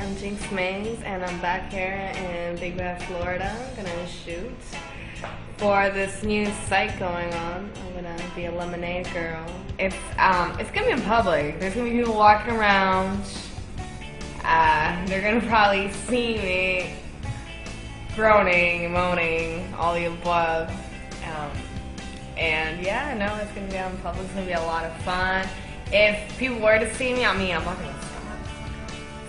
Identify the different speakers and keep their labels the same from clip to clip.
Speaker 1: I'm Jinx Mays, and I'm back here in Big Bad, Florida. I'm gonna shoot for this new site going on. I'm gonna be a lemonade girl. It's um, it's gonna be in public. There's gonna be people walking around. Uh, they're gonna probably see me groaning, moaning, all the above. Um, and yeah, no, it's gonna be out in public. It's gonna be a lot of fun. If people were to see me, I mean, I'm not gonna stop.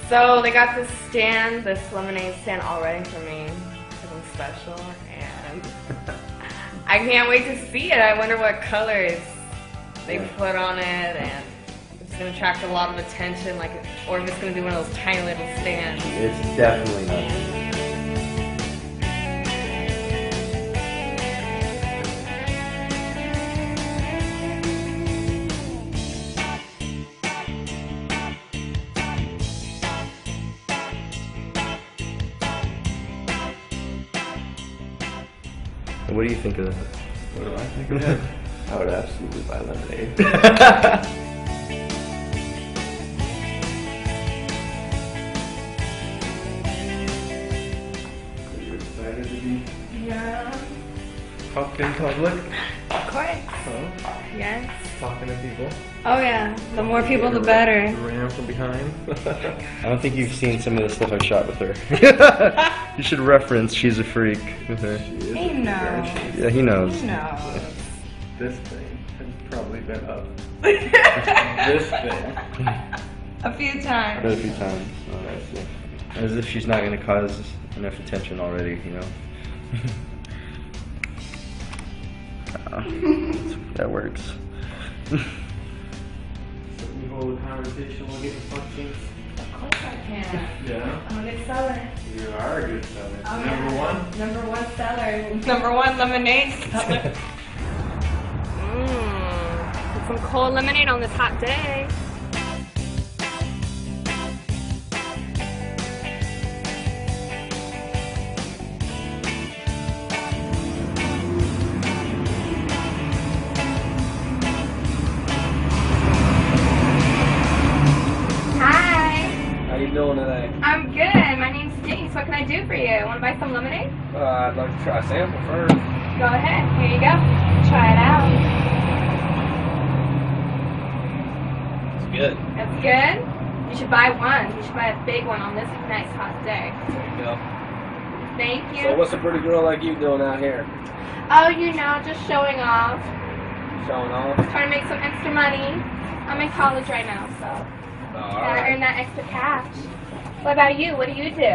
Speaker 1: So they got this stand, this lemonade stand, all ready for me because I'm special, and I can't wait to see it. I wonder what colors they put on it, and it's gonna attract a lot of attention, like, or if it's gonna be one of those tiny little stands.
Speaker 2: It's definitely not.
Speaker 3: What do you think of that?
Speaker 2: What do I think of it? I would absolutely buy lemonade. Are you excited to be
Speaker 1: Yeah.
Speaker 3: Talking in public,
Speaker 1: Of course.
Speaker 3: huh?
Speaker 1: Yes.
Speaker 3: Talking to people.
Speaker 1: Oh yeah. The more people, the better.
Speaker 3: Ran from behind. I don't think you've seen some of the stuff I shot with her. you should reference she's a freak with her.
Speaker 2: She is
Speaker 1: Hey,
Speaker 2: a
Speaker 1: no.
Speaker 2: girl. She's
Speaker 3: Yeah, he knows.
Speaker 1: No.
Speaker 2: This thing has probably been up. This thing.
Speaker 1: A few
Speaker 3: Quite a
Speaker 1: times.
Speaker 3: few times.
Speaker 2: Oh, that's it.
Speaker 3: As if she's not gonna cause enough attention already, you know. Uh, that works.
Speaker 2: So we hold a conversation, we'll get the fucking.
Speaker 1: Of course I can.
Speaker 2: Yeah.
Speaker 1: I'm a good seller.
Speaker 2: You are a good seller.
Speaker 1: Oh, yeah.
Speaker 2: Number one.
Speaker 1: Number one seller. Number one lemonade seller. Mmm. Some cold lemonade on this hot day. Hi.
Speaker 4: How you doing today?
Speaker 1: I'm good. My name's Jinx. What can I do for you? Want to buy some lemonade?
Speaker 4: Uh, I'd like to try a sample first.
Speaker 1: Go ahead. Here you go. Try it out.
Speaker 4: It's good.
Speaker 1: That's good. You should buy one. You should buy a big one on this nice hot day.
Speaker 4: There you go.
Speaker 1: Thank you.
Speaker 4: So what's a pretty girl like you doing out here?
Speaker 1: oh, you know, just showing off.
Speaker 4: Showing off?
Speaker 1: Trying to make some extra money. I'm in college right now, so gotta earn
Speaker 4: Alright.
Speaker 1: that extra cash. What about you? What do you do?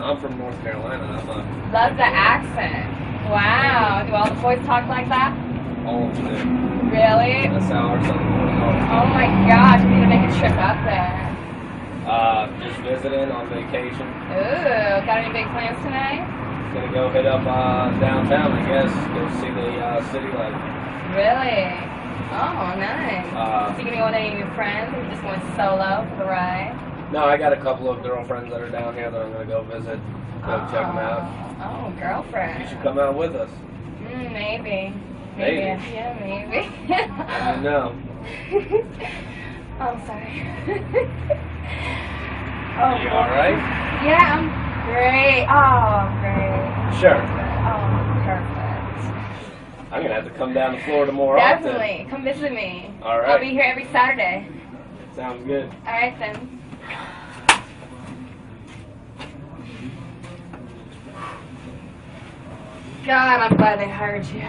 Speaker 4: I'm from North Carolina. I'm
Speaker 1: Love the accent. Wow. Do all the boys talk like that?
Speaker 4: uh, all of them.
Speaker 1: Really?
Speaker 4: That's how or something going
Speaker 1: Oh my gosh. We're gonna make a trip up there.
Speaker 4: on. Uh, just visiting on vacation.
Speaker 1: Ooh. Got any big plans tonight?
Speaker 4: Gonna go hit up uh, downtown, I guess. Go see the uh, city light.
Speaker 1: Really? Oh, nice. So
Speaker 4: Uh,
Speaker 1: you gonna go with any of your friends or you just going solo for the ride?
Speaker 4: no, I got a couple of girlfriends that are down here that I'm gonna go visit. Go check 'em check them out.
Speaker 1: Oh,
Speaker 4: You should
Speaker 1: girlfriend.
Speaker 4: come out with us.
Speaker 1: Mm, maybe.
Speaker 4: Maybe.
Speaker 1: Yeah, maybe.
Speaker 4: I know.
Speaker 1: oh, I'm sorry. oh,
Speaker 4: You alright?
Speaker 1: Yeah, I'm great. Oh, great.
Speaker 4: Sure.
Speaker 1: Oh, perfect.
Speaker 4: I'm gonna have to come down to Florida more often.
Speaker 1: Definitely. Come visit me.
Speaker 4: All
Speaker 1: I'll be
Speaker 4: right.
Speaker 1: here every Saturday.
Speaker 4: Sounds good.
Speaker 1: All right, then. God, I'm glad they hired you.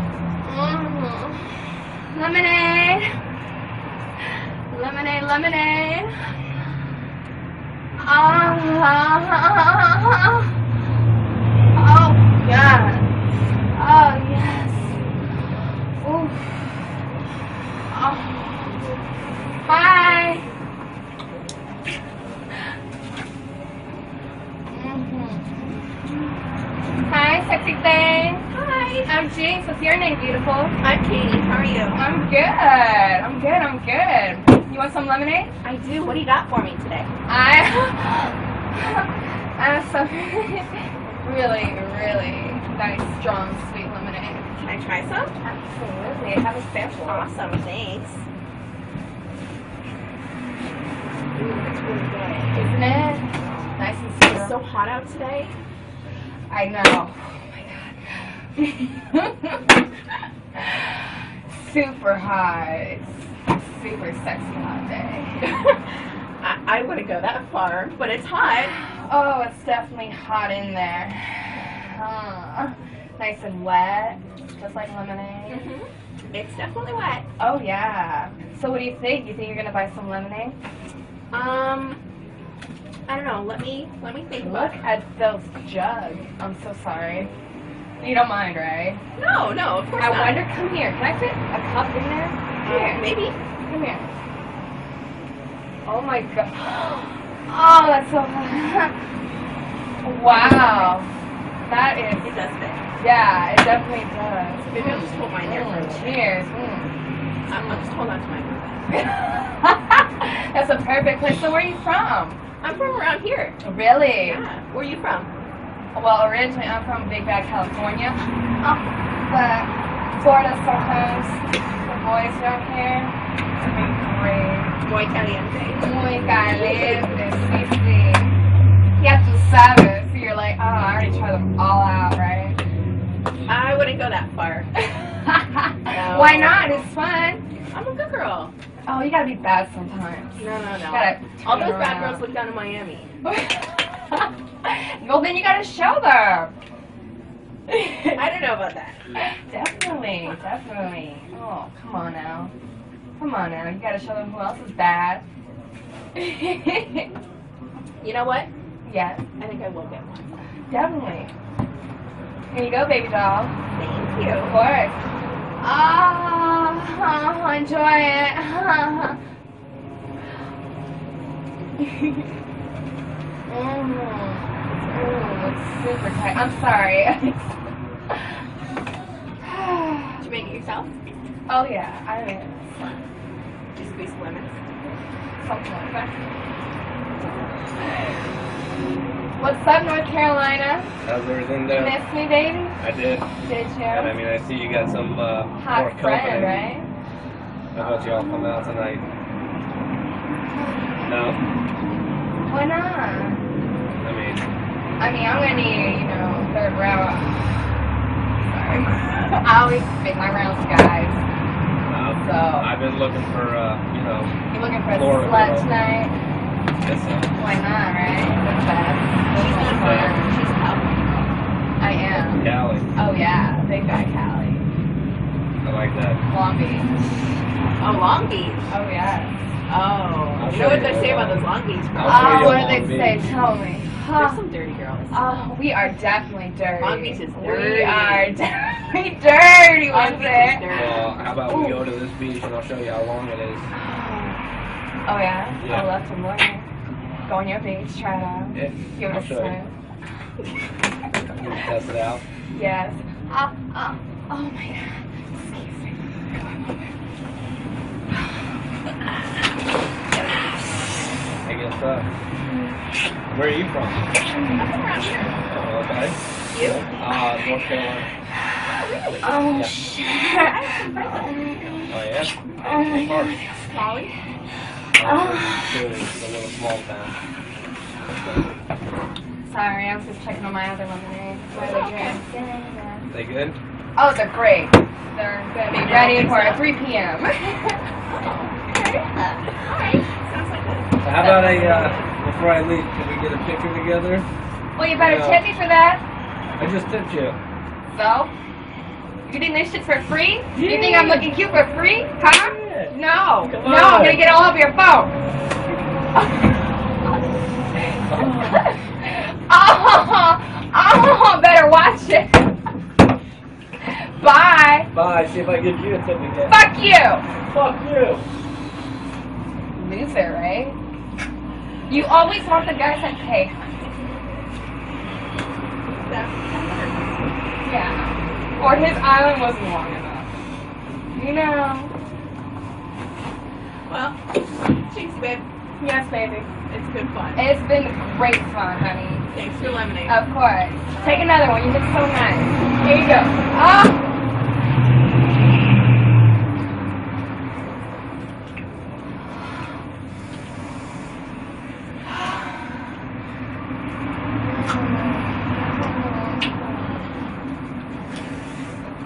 Speaker 1: Mhm. Lemonade. Lemonade, lemonade. Ah, ah, ah, ah, ah. oh, God. Oh, yes. Oof. Oh. Bye. Mhm. Hi, sexy thing. Hi. I'm Jinx. What's your name, beautiful?
Speaker 5: I'm Katie. How are you?
Speaker 1: I'm good. I'm good. I'm good.
Speaker 6: You want some lemonade?
Speaker 1: I do. What do you got for me today?
Speaker 6: I I have some really, really nice, strong, sweet lemonade.
Speaker 1: Can I try some?
Speaker 6: Absolutely. I have a sample.
Speaker 1: Awesome. Thanks. Ooh, it's really good.
Speaker 6: Isn't it? Nice and
Speaker 1: It's so hot out today.
Speaker 6: I know. Oh my god. super hot. It's super sexy hot day.
Speaker 1: I, I wouldn't go that far, but it's hot.
Speaker 6: oh, it's definitely hot in there. Huh. nice and wet, just like lemonade.
Speaker 1: Mm-hmm. It's definitely wet.
Speaker 6: Oh yeah. So what do you think? You think you're gonna buy some lemonade?
Speaker 1: Um, I don't know. Let me let me think.
Speaker 6: Look
Speaker 1: Look.
Speaker 6: at those jugs. I'm so sorry. You don't mind, right?
Speaker 1: No, no. Of course
Speaker 6: I
Speaker 1: not.
Speaker 6: wonder. Come here. Can I fit a cup in there? Here.
Speaker 1: Uh, maybe.
Speaker 6: Come here. Oh my god. Oh, that's so hot. wow. That is,
Speaker 1: It does fit.
Speaker 6: yeah, it definitely does.
Speaker 1: Maybe I'll just hold mine there for a
Speaker 6: Mm,
Speaker 1: little bit.
Speaker 6: cheers. Mm.
Speaker 1: Um, I'll just hold on to mine. for a bit.
Speaker 6: that's a perfect place. So where are you from?
Speaker 1: I'm from around here.
Speaker 6: Really?
Speaker 1: Yeah. Where are you from?
Speaker 6: Well, originally I'm from Big Bad, California. Oh, but Florida sometimes the boys down here it's been great.
Speaker 1: Muy caliente.
Speaker 6: Muy caliente, sí, sí. Yeah, tu sabes. So you're like, oh, I already tried them all out, right?
Speaker 1: I wouldn't go that far.
Speaker 6: Why not? It's fun.
Speaker 1: I'm a good girl.
Speaker 6: Oh, you gotta be bad sometimes.
Speaker 1: No, no, no.
Speaker 6: Gotta
Speaker 1: All those
Speaker 6: turn
Speaker 1: bad
Speaker 6: around.
Speaker 1: girls look down to Miami.
Speaker 6: well, then you gotta show them.
Speaker 1: I don't know about that.
Speaker 6: Definitely, definitely. Oh, come on now. Come on now. You gotta show them who else is bad.
Speaker 1: You know what?
Speaker 6: yes,
Speaker 1: I think I will get one.
Speaker 6: definitely. Here you go, baby doll.
Speaker 1: Thank
Speaker 6: Of course. Ah, enjoy it. mm. Ooh, mm, it's super tight. I'm sorry.
Speaker 1: Did you make it yourself?
Speaker 6: oh yeah, I mean,
Speaker 1: Did you squeeze lemons?
Speaker 6: something like that. What's up, North Carolina?
Speaker 4: How's everything there?
Speaker 6: Miss me, baby?
Speaker 4: I did.
Speaker 6: Did you?
Speaker 4: And I mean, I see you got some uh, more
Speaker 6: Hot
Speaker 4: company.
Speaker 6: friend, right?
Speaker 4: I bet y'all come out tonight. No,
Speaker 6: Why not?
Speaker 4: I mean,
Speaker 6: I mean, I'm gonna need, you know, third round. Sorry. I always make my rounds, guys.
Speaker 4: um,
Speaker 6: So-
Speaker 4: I've been looking for uh, you know,
Speaker 6: You looking for a
Speaker 4: Florida
Speaker 6: slut
Speaker 4: girl.
Speaker 6: tonight?
Speaker 4: this. Uh,
Speaker 6: Why not, right? The best.
Speaker 1: She's not hard. She's tough.
Speaker 6: I am.
Speaker 4: Cali.
Speaker 6: Oh yeah, big guy Cali.
Speaker 4: I like that.
Speaker 6: Long Beach.
Speaker 1: Oh, Long Beach.
Speaker 6: Oh yeah.
Speaker 1: Oh. You know what they say about those Long Beach girls?
Speaker 4: I'll show
Speaker 6: Oh,
Speaker 4: you
Speaker 6: what do
Speaker 4: Long
Speaker 6: they
Speaker 4: Beach.
Speaker 6: say? Tell me.
Speaker 1: There's
Speaker 6: Huh.
Speaker 1: some dirty girls.
Speaker 6: Oh, we are definitely dirty.
Speaker 1: Long Beach is
Speaker 6: We
Speaker 1: dirty.
Speaker 6: are definitely dirty
Speaker 1: Long
Speaker 6: with
Speaker 1: Beach is
Speaker 6: it.
Speaker 1: dirty.
Speaker 4: Well, how about we go to this beach and I'll show you how long it is.
Speaker 6: Oh yeah?
Speaker 4: Yeah.
Speaker 6: I love to look. Go on your beach, try it out.
Speaker 4: Yeah,
Speaker 6: Give it
Speaker 4: I'll
Speaker 6: a
Speaker 4: show
Speaker 6: swim.
Speaker 4: you. You can test it out.
Speaker 6: Yes. Uh, uh, oh my god. Excuse me.
Speaker 4: I guess uh, where are you from? Oh, okay.
Speaker 1: You?
Speaker 4: Uh, North Carolina.
Speaker 6: Oh
Speaker 4: Yeah.
Speaker 6: shit.
Speaker 4: Oh yeah.
Speaker 6: Oh my
Speaker 4: Park.
Speaker 6: god.
Speaker 1: Molly?
Speaker 6: uh,
Speaker 4: Oh, it's a little small town.
Speaker 6: Sorry, I was just checking on my other lemonade. What are they drinking?
Speaker 4: They good?
Speaker 6: Oh, they're great. They're gonna be ready for 3 p.m.
Speaker 4: So how about a uh, before I leave, can we get a picture together?
Speaker 6: well, you better
Speaker 4: Yeah.
Speaker 6: tip me for that.
Speaker 4: I just tipped you.
Speaker 6: So, you think this shit's for free? You think I'm looking cute for free? Huh? No. No,
Speaker 4: Come
Speaker 6: I'm
Speaker 4: on.
Speaker 6: gonna get all over your phone. oh, oh, better watch it. Bye.
Speaker 4: Bye. See if I get you a tip again.
Speaker 6: Fuck you.
Speaker 4: Fuck you.
Speaker 6: Loser, right? You always want the guys that pay. Yeah. Or his island wasn't long enough. You know.
Speaker 7: Well, thanks, babe.
Speaker 6: Yes, baby.
Speaker 7: It's good fun.
Speaker 6: It's been great fun, honey.
Speaker 7: Thanks for lemonade.
Speaker 6: Of course. Take another one. You look so nice. Here you go. Ah!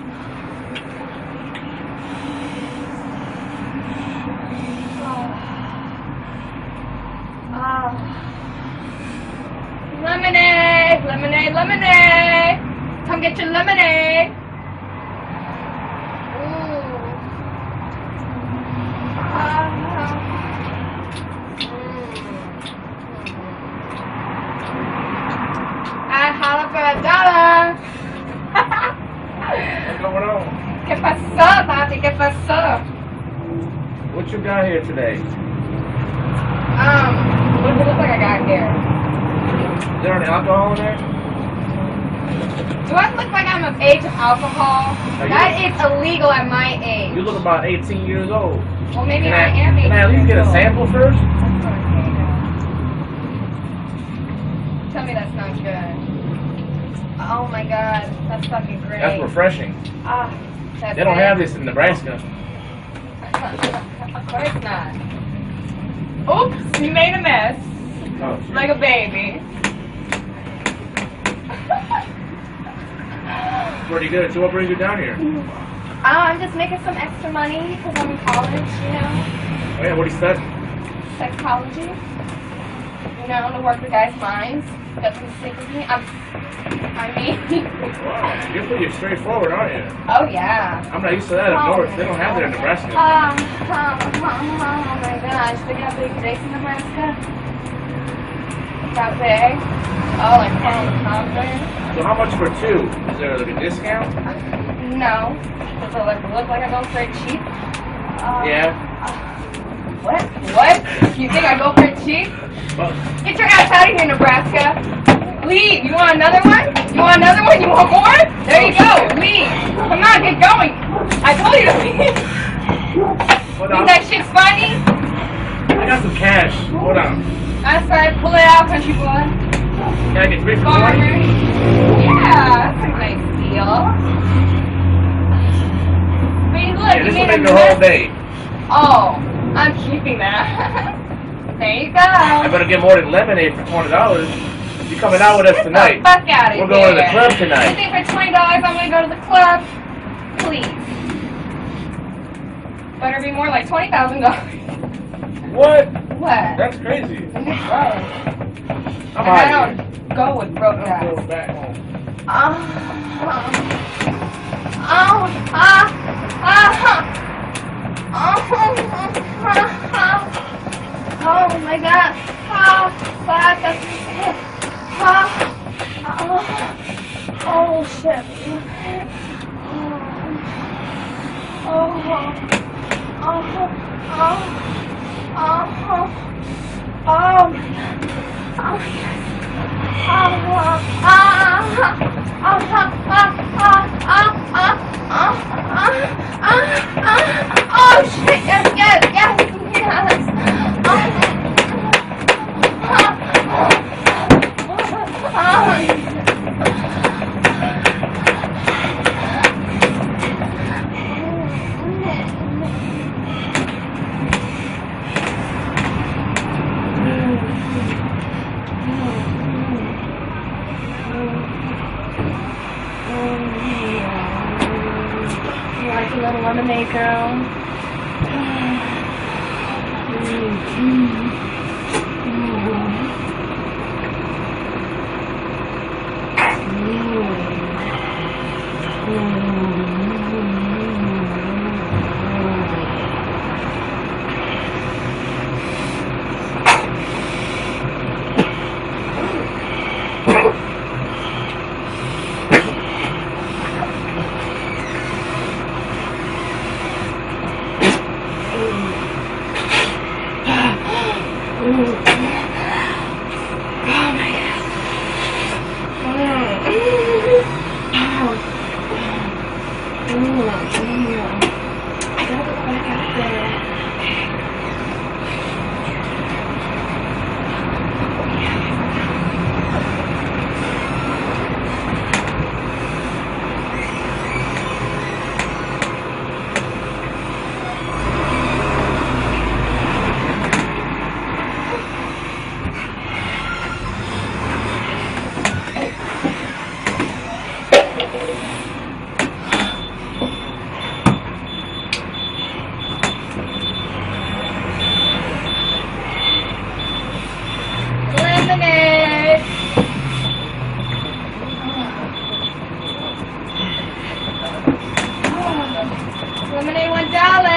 Speaker 6: Oh. Ah. Lemonade, lemonade, lemonade. Come get your lemonade. Ooh. Ah. Mm. I holla for a dollar.
Speaker 4: What's going on?
Speaker 6: ¿Qué pasó, papi? ¿Qué pasó?
Speaker 4: What you got here today? Is
Speaker 6: Um, what does it look like I got here?
Speaker 4: there any alcohol in there?
Speaker 6: Do I look like I'm of age of alcohol?
Speaker 4: Are you-
Speaker 6: That is illegal at my age.
Speaker 4: You look about 18 years old.
Speaker 6: Well, maybe
Speaker 4: Can I,
Speaker 6: I, am 18
Speaker 4: can I at least get
Speaker 6: years
Speaker 4: a
Speaker 6: old.
Speaker 4: sample first?
Speaker 6: Tell me that's not good. Oh my god, that's fucking great.
Speaker 4: That's refreshing.
Speaker 6: Ah, that's
Speaker 4: They don't
Speaker 6: it.
Speaker 4: have this in Nebraska.
Speaker 6: of course not. Oops, you made a mess.
Speaker 4: Oh, shit.
Speaker 6: Like a baby.
Speaker 4: pretty good. So what brings you down here?
Speaker 6: Oh, I'm just making some extra money because I'm in college, you know,
Speaker 4: Oh yeah, what do you study?
Speaker 6: psychology. You know, to work with guys' minds. That's some sleep with me. I'm, I mean,
Speaker 4: Wow, you're pretty straightforward, aren't you?
Speaker 6: oh yeah.
Speaker 4: I'm not used to that up north. They don't have that in
Speaker 6: Um,
Speaker 4: Nebraska.
Speaker 6: um, um, um, oh my gosh, they got big dicks in Nebraska. Got big. Oh, like um, Carl Compton.
Speaker 4: So how much for two? Is there like a discount?
Speaker 6: No, does it like look like I go for it cheap? Um,
Speaker 4: Yeah.
Speaker 6: What? What? You think I go for it cheap?
Speaker 4: Well,
Speaker 6: Get your ass out of here, Nebraska. Leave. You want another one? You want another one? You want more? There you go. Leave. Come on, get going. I told you to leave.
Speaker 4: hold
Speaker 6: Think
Speaker 4: on.
Speaker 6: that shit's funny?
Speaker 4: I got some cash. Hold on.
Speaker 6: That's right. Pull it out, country boy.
Speaker 4: Can I get three for
Speaker 6: Farmer.
Speaker 4: one?
Speaker 6: Yeah, that's a nice deal. I mean, look,
Speaker 4: Yeah,
Speaker 6: you
Speaker 4: this will
Speaker 6: made a
Speaker 4: make the whole
Speaker 6: mess.
Speaker 4: day.
Speaker 6: Oh, I'm keeping that. there you go.
Speaker 4: I better get more than lemonade for twenty dollars. You coming out with us
Speaker 6: Get
Speaker 4: tonight?
Speaker 6: the fuck out of
Speaker 4: We're
Speaker 6: here.
Speaker 4: going to the club
Speaker 6: You
Speaker 4: tonight.
Speaker 6: think for twenty dollars I'm gonna go to the club? Please. Better be more like twenty thousand dollars.
Speaker 4: What?
Speaker 6: What?
Speaker 4: That's crazy.
Speaker 6: No.
Speaker 4: I'm
Speaker 6: And I
Speaker 4: out of here.
Speaker 6: don't go with broke
Speaker 4: I'm
Speaker 6: guys.
Speaker 4: going back home.
Speaker 6: Oh, oh, oh, ah, ah, huh. oh, oh, oh, my god. Ah, fuck, that's ah, oh, oh, shit. Oh, oh, oh, oh, oh, oh, oh. Oh, yes. Oh, ah, ah, ah, ah, ah, ah, ah, ah, ah, ah. Oh, shit, yes, yes, yes, yes. Oh. Ah.
Speaker 5: You like a little lemonade, girl? I gotta go back out there. Oh. yeah.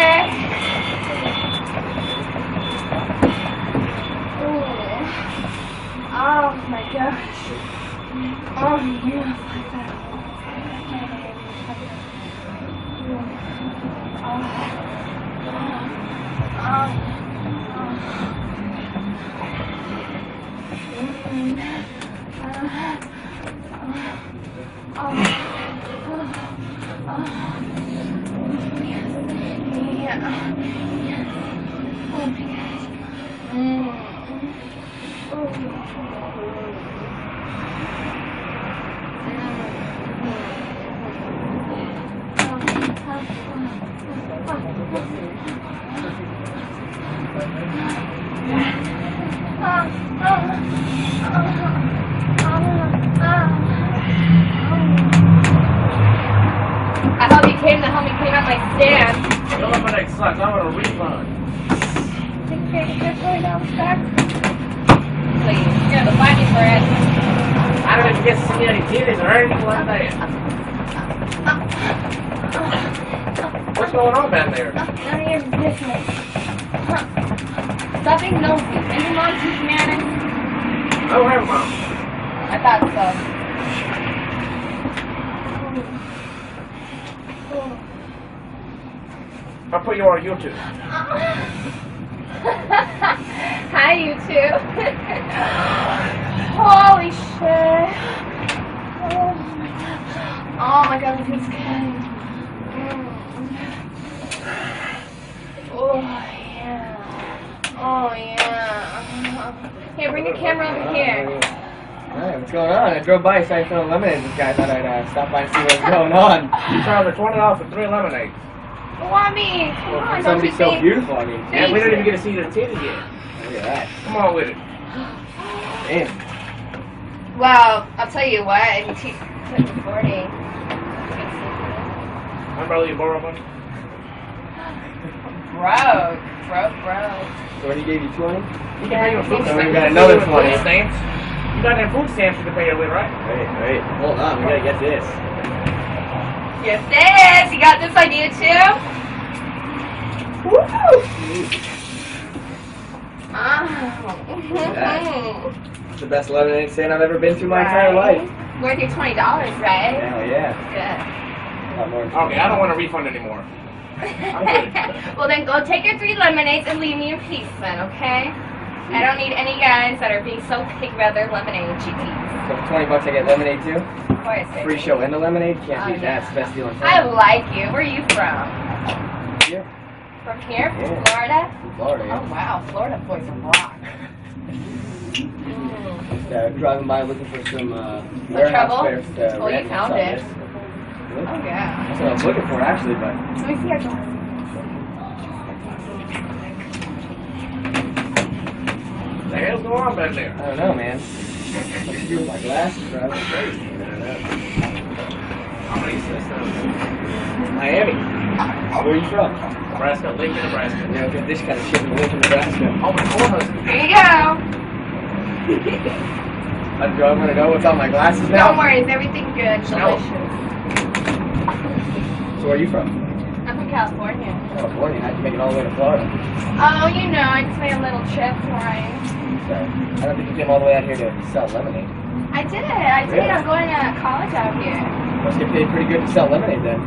Speaker 5: Oh, yeah. Oh,
Speaker 6: I
Speaker 5: Oh,
Speaker 6: hope you came to help me clean up my stand.
Speaker 4: Fill up an X I want a refund.
Speaker 6: Please, you're gonna find me for it.
Speaker 4: I don't even get to see any titties or anything like that. What's going on down there?
Speaker 5: None of your business.
Speaker 6: Stop being nosy. And your mom's humanities?
Speaker 4: Oh, her mom.
Speaker 6: I thought so.
Speaker 4: I'll put you on YouTube.
Speaker 5: Hi, you two. Holy shit. Oh my god. Oh my god, this is good. Mm. Oh yeah. Oh yeah.
Speaker 6: Here, bring your camera over here.
Speaker 8: Alright, what's going on? I drove by, so I felt eliminated. This guy thought I'd uh, stop by and see what's going on.
Speaker 4: You charge twenty dollars for three lemonades.
Speaker 6: Why me? Come on, don't you
Speaker 8: Somebody's so
Speaker 6: think?
Speaker 8: beautiful, I mean,
Speaker 4: And we don't even get to see the titty yet.
Speaker 8: look at that.
Speaker 4: Come on with it.
Speaker 8: Damn.
Speaker 6: Well, I'll tell you what. If you keep putting forty.
Speaker 4: I'm probably borrow money.
Speaker 6: Broke, broke, broke.
Speaker 8: So when he gave you 20? Hey,
Speaker 4: You can pay your food
Speaker 6: Oh,
Speaker 4: stamps.
Speaker 8: we got another
Speaker 4: You got
Speaker 8: one.
Speaker 4: food stamps. You got that food stamps you can pay it with, right?
Speaker 8: wait, hold on, we gotta get this.
Speaker 6: Yes, it is. You got this idea too?
Speaker 8: That- It's the best lemonade stand I've ever been to my entire
Speaker 6: Right.
Speaker 8: life.
Speaker 6: Worth your twenty dollars, right?
Speaker 8: Hell yeah.
Speaker 6: Good.
Speaker 8: A lot more than
Speaker 4: Okay, I don't want a refund anymore. I'm good.
Speaker 6: well, then go take your three lemonades and leave me in peace, then, okay? I don't need any guys that are being so pig rather lemonade cheapies.
Speaker 8: So for 20 bucks I get lemonade too?
Speaker 6: Of course. baby.
Speaker 8: Free show and a lemonade?
Speaker 6: Oh,
Speaker 8: Can't beat
Speaker 6: yeah.
Speaker 8: that. It's the best deal in
Speaker 6: I
Speaker 8: town.
Speaker 6: like you. Where are you from?
Speaker 8: Yeah.
Speaker 6: From here? From
Speaker 8: Yeah.
Speaker 6: Florida?
Speaker 8: From Florida, yeah.
Speaker 6: Oh, wow. Florida boys rock. Mm,
Speaker 8: Uh, driving by looking for some uh, warehouse
Speaker 6: trouble?
Speaker 8: spares. Uh,
Speaker 6: Well, you
Speaker 8: rentals
Speaker 6: found
Speaker 8: on
Speaker 6: it.
Speaker 8: this.
Speaker 6: Oh, yeah.
Speaker 8: That's what I was looking for actually, but
Speaker 6: Let me see your glasses.
Speaker 4: What the hell's going on back there?
Speaker 8: I don't know, man. My glasses are out of crazy. I don't know.
Speaker 4: I'm gonna use this stuff.
Speaker 8: Miami. Where are you from?
Speaker 4: Nebraska, Lincoln, Nebraska.
Speaker 8: You know, get this kind of shit in Lincoln, Nebraska.
Speaker 4: Oh, my cornhuskers.
Speaker 6: Here you go.
Speaker 8: I do I want to know what's on my glasses
Speaker 6: Don't
Speaker 8: now?
Speaker 6: worry. Is everything good?
Speaker 4: No.
Speaker 6: Delicious.
Speaker 8: So where are you from?
Speaker 6: I'm from California.
Speaker 8: California. How'd you make it all the way to Florida?
Speaker 6: Oh, you know, I just made a little trip, Ryan.
Speaker 8: So, I don't think you came all the way out here to sell lemonade.
Speaker 6: I did it. I did it.
Speaker 8: Really?
Speaker 6: I'm going to college out here.
Speaker 8: Must get paid pretty good to sell lemonade then.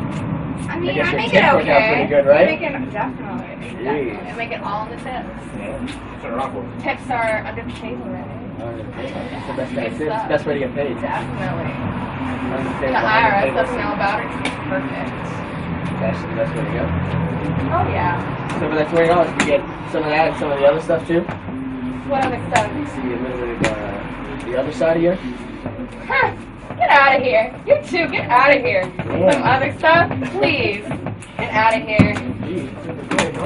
Speaker 6: I mean,
Speaker 8: guess
Speaker 6: I,
Speaker 8: your
Speaker 6: make it
Speaker 8: tip worked out
Speaker 6: okay.
Speaker 8: pretty good, right?
Speaker 6: I make it definitely. definitely. I make it all in the tips.
Speaker 4: They're awkward.
Speaker 6: Tips are under the table, right?
Speaker 8: It's the best, it's the
Speaker 6: It's, uh,
Speaker 8: best way to get paid.
Speaker 6: Definitely.
Speaker 8: I don't
Speaker 6: The
Speaker 8: understand why they
Speaker 6: IRS
Speaker 8: pay this.
Speaker 6: doesn't know about it. It's perfect.
Speaker 8: It's actually the best way to go.
Speaker 6: Oh yeah.
Speaker 8: So for that twenty dollars, you get some of that and some of the other stuff too.
Speaker 6: What other stuff?
Speaker 8: You see a little bit of uh, the other side of you.
Speaker 6: Huh. Get out of here. You two, get out of here. Some other stuff, please. Get out of here.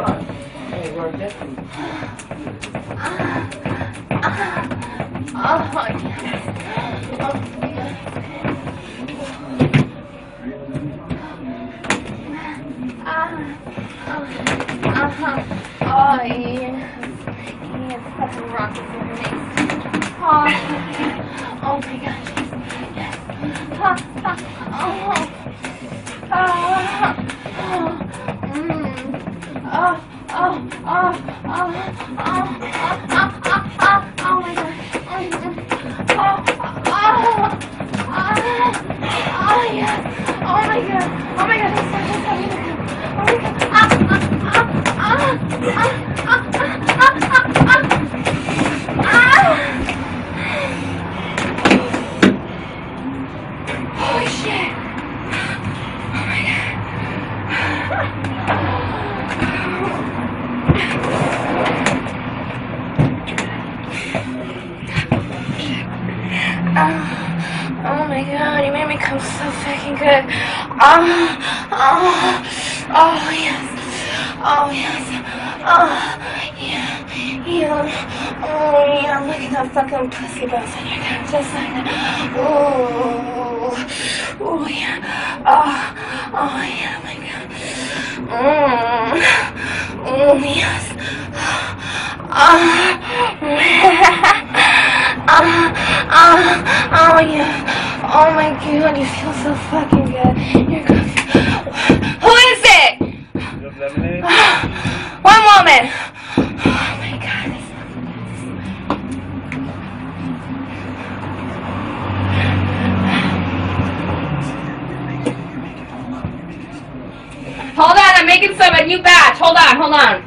Speaker 5: Oh, yes. Oh, yes. Ah, ah, uh-huh. Oh, yes. Yes, that's a rock is amazing. Oh, yes. oh my gosh. Yes. Ah, ah, oh. Ah, oh. Mm. Oh, oh, oh, oh, oh, oh, oh, oh, oh, oh my gosh. Mm, mm. Oh, oh, Oh I'm so fucking good. Um, oh, oh yes, oh yes, oh yeah, yeah, oh yeah. Look at that fucking pussy bouncing right there, just like that. Ooh, ooh yeah, oh, oh yeah, my God. Mm, mm yes. Ah, ah, ah, oh yeah. Oh my god, you feel so fucking good. You're good. Who is it? One woman. Oh my god. this
Speaker 6: Hold on, I'm making some a new batch. Hold on, hold on.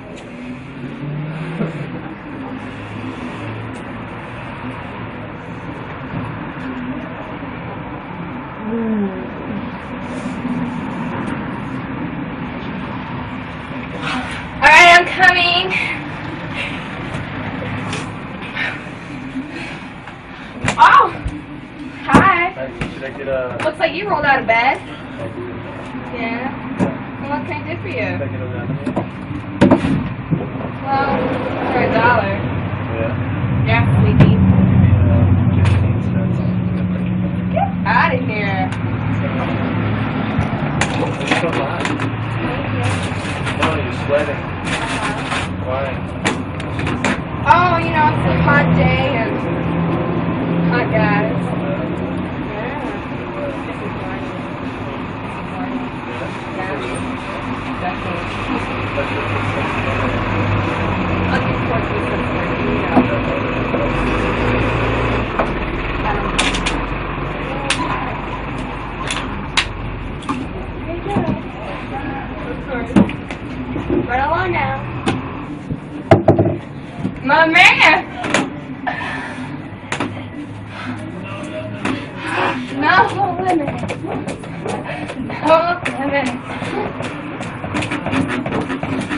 Speaker 5: All right, I'm coming.
Speaker 6: Oh, hi.
Speaker 4: Should I get a?
Speaker 6: Looks like you rolled out of bed. Yeah. Well, what can I do for you?
Speaker 4: Should I get a
Speaker 6: Well, for a dollar.
Speaker 4: Yeah.
Speaker 6: Yeah, sleepy.
Speaker 4: Maybe, uh, 15 cents.
Speaker 6: Get out of here.
Speaker 4: It's so hot. No, you're sweating. Why?
Speaker 6: Oh, you know, it's a hot day and hot guys. Yeah. This is morning. Yeah. Definitely. Like, of course, we could, like, you know.
Speaker 9: Right along now.
Speaker 6: My man! No limits. No limits.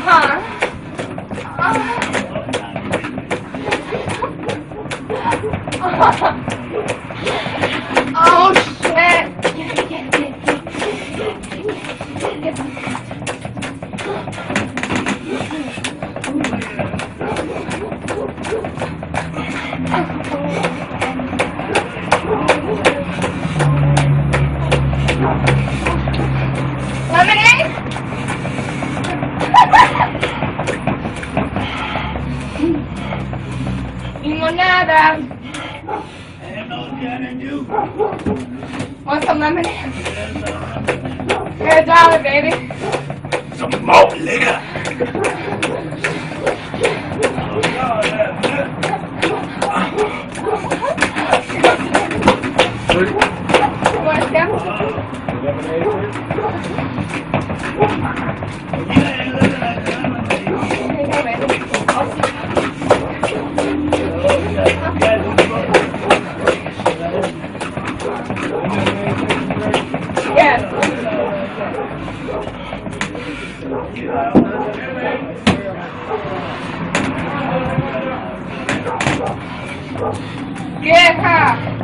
Speaker 6: Huh? Oh shit!
Speaker 5: Lemonade?
Speaker 6: Limonada! Want some lemonade? For a dollar, baby.
Speaker 4: Some more liquor.
Speaker 6: You want a sandwich? Here you go, baby. Yes. Get her.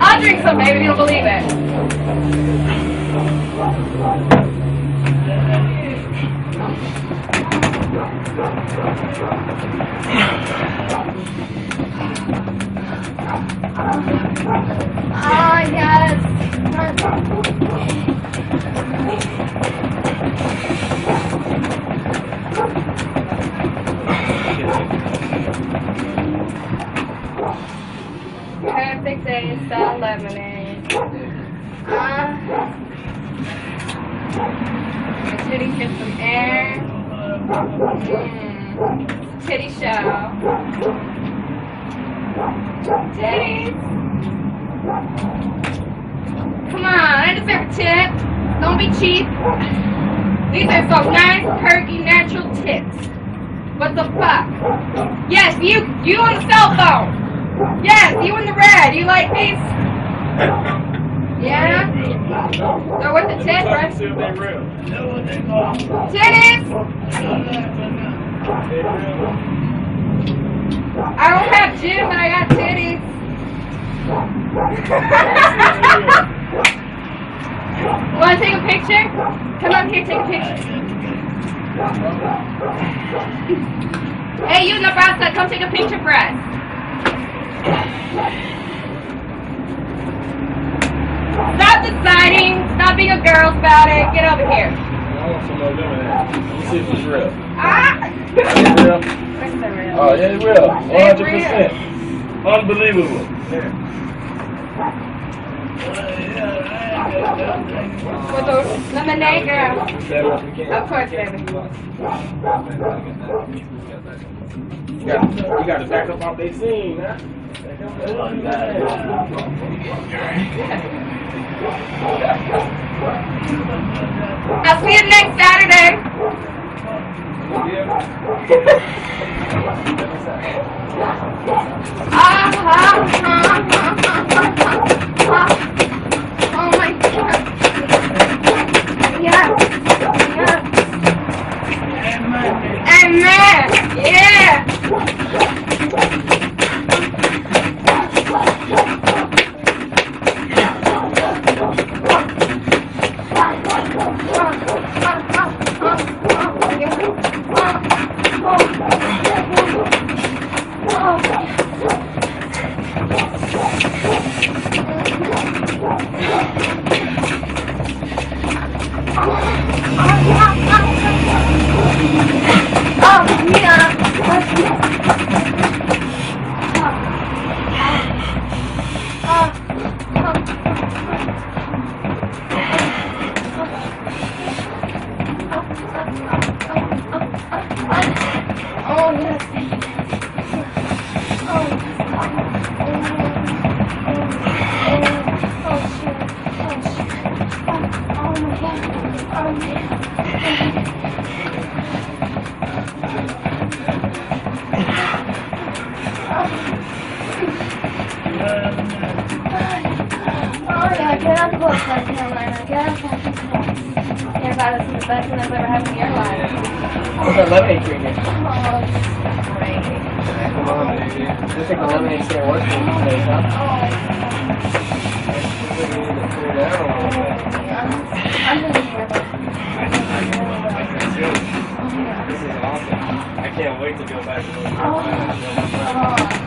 Speaker 6: I'll drink some, baby. You'll believe it.
Speaker 5: Oh, yes.
Speaker 6: Perfect day style lemonade. Uh, titty get some air. Mm. Titty show. Titties. Come on, I deserve a tip. Don't be cheap. These are some nice, perky, natural tips. What the fuck? Yes, you, you on the cell phone. Yes, you in the red. You like these? Yeah? They're worth a ten, right? Titties! I don't have gin, but I got titties. Want to take a picture? Come up here, take a picture. Hey, you Nebraska, come take a picture for us. Stop deciding. Stop being a girl about it. Get over here.
Speaker 4: I want some more lemonade. Let's see if it's real.
Speaker 6: Ah!
Speaker 4: Is it real? Oh, yeah, it's real. 100%. Unbelievable.
Speaker 6: With the lemonade girl.
Speaker 4: Of
Speaker 6: Of course, baby.
Speaker 4: You got, you got to back up off they scene, huh?
Speaker 6: I'll see you next Saturday.
Speaker 5: Oh my god. Yeah.
Speaker 6: Amen. Yeah.
Speaker 5: Oh, Oh yeah. Oh yes. Oh. Oh. Oh. Oh my god. Oh my god. Oh yeah, get out the book, that's my line. Get out the book.
Speaker 6: Your God, this is the best thing that's ever happened in your life.
Speaker 8: What's that lemonade drink? in?
Speaker 5: Oh,
Speaker 8: Come on, baby. Looks like the lemonade's gonna work for you today, huh? Looks like we need to cool down a little bit.
Speaker 5: I'm gonna hear about
Speaker 8: This is awesome. I can't wait to go back to those.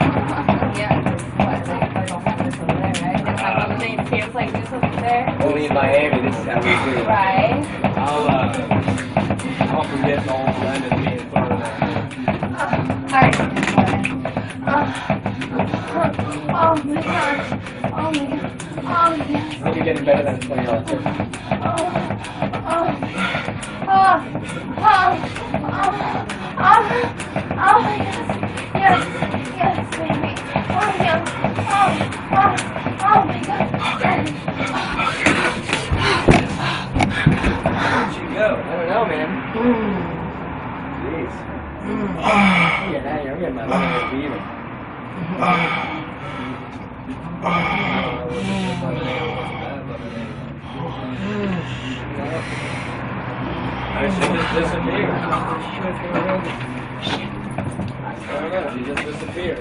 Speaker 6: Yeah, it's what, like, like a hundred over there, right? It's like lemonade feels like this over there.
Speaker 8: Only in Miami, this is how we do it.
Speaker 6: Right?
Speaker 8: I'll, uh, I'll forget the whole blend of being part of that.
Speaker 6: Alright.
Speaker 5: Oh my god. Oh my god. Oh yes.
Speaker 8: You're getting better than 20 dollars.
Speaker 5: Oh. Oh. Oh. Oh. Oh. Oh yes. Yes. Yes, baby. Oh yes. Oh. Oh. Oh my god. Yes.
Speaker 8: you go? I don't know, man. Jeez. I'm getting out of here. I'm getting my money to leave. I should just disappear. I don't know, she just disappeared.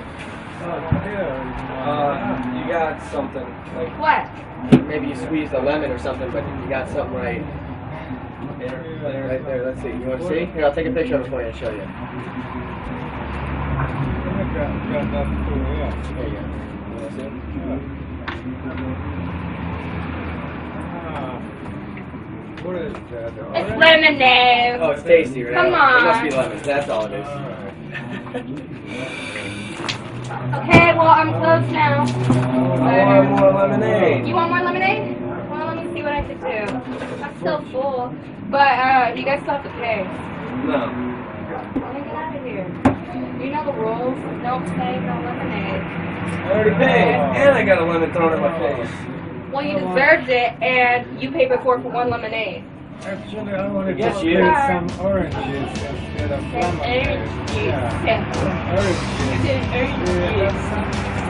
Speaker 8: Uh, you got something, like
Speaker 6: What?
Speaker 8: maybe you squeezed a lemon or something, but you got something right. There, right there, let's see, you wanna see? Here, I'll take a picture of it for you and show you. There you go. You wanna see?
Speaker 4: What is that?
Speaker 6: It's lemonade.
Speaker 8: Oh, it's tasty, right?
Speaker 6: Come
Speaker 8: It must be
Speaker 6: on.
Speaker 8: lemons, that's all it is.
Speaker 6: Okay, well, I'm closed now.
Speaker 8: I want more lemonade.
Speaker 6: You want more lemonade? Well, let me see what I could do. I'm still full. But uh, you guys still have to pay.
Speaker 8: No.
Speaker 6: Let me get out of here. You know the rules. Don't pay no lemonade.
Speaker 8: I already paid, and I got a lemon thrown in my face.
Speaker 6: Well, you deserved it, and you paid before for one lemonade.
Speaker 4: Actually, I want to
Speaker 8: Yes,
Speaker 4: get
Speaker 8: you.
Speaker 4: some orange juice instead of
Speaker 6: That's
Speaker 4: lemonade.
Speaker 6: orange juice.
Speaker 4: Yeah,
Speaker 6: Yeah.
Speaker 4: orange juice.
Speaker 6: This is orange juice.
Speaker 4: Yeah,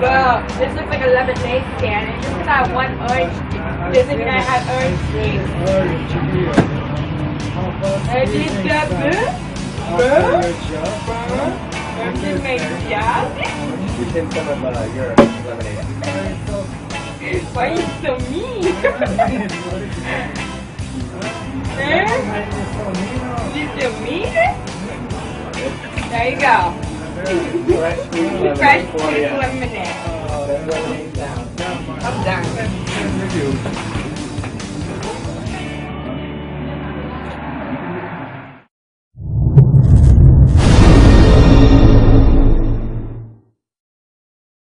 Speaker 6: Well, this looks like a lemonade stand, and just because I have one orange juice doesn't mean I have orange juice. Uh,
Speaker 4: that's Orange juice. How about
Speaker 6: Orange juice
Speaker 4: squeezing
Speaker 6: got
Speaker 4: some
Speaker 6: good.
Speaker 4: of your java
Speaker 6: Orange
Speaker 4: and
Speaker 6: juice made
Speaker 4: this
Speaker 6: jazz.
Speaker 8: You can some of uh, your lemonade.
Speaker 4: orange
Speaker 6: Why are you so mean? Eh? You so mean? There you go. Fresh squeezed lemonade. I'm done.
Speaker 8: Review.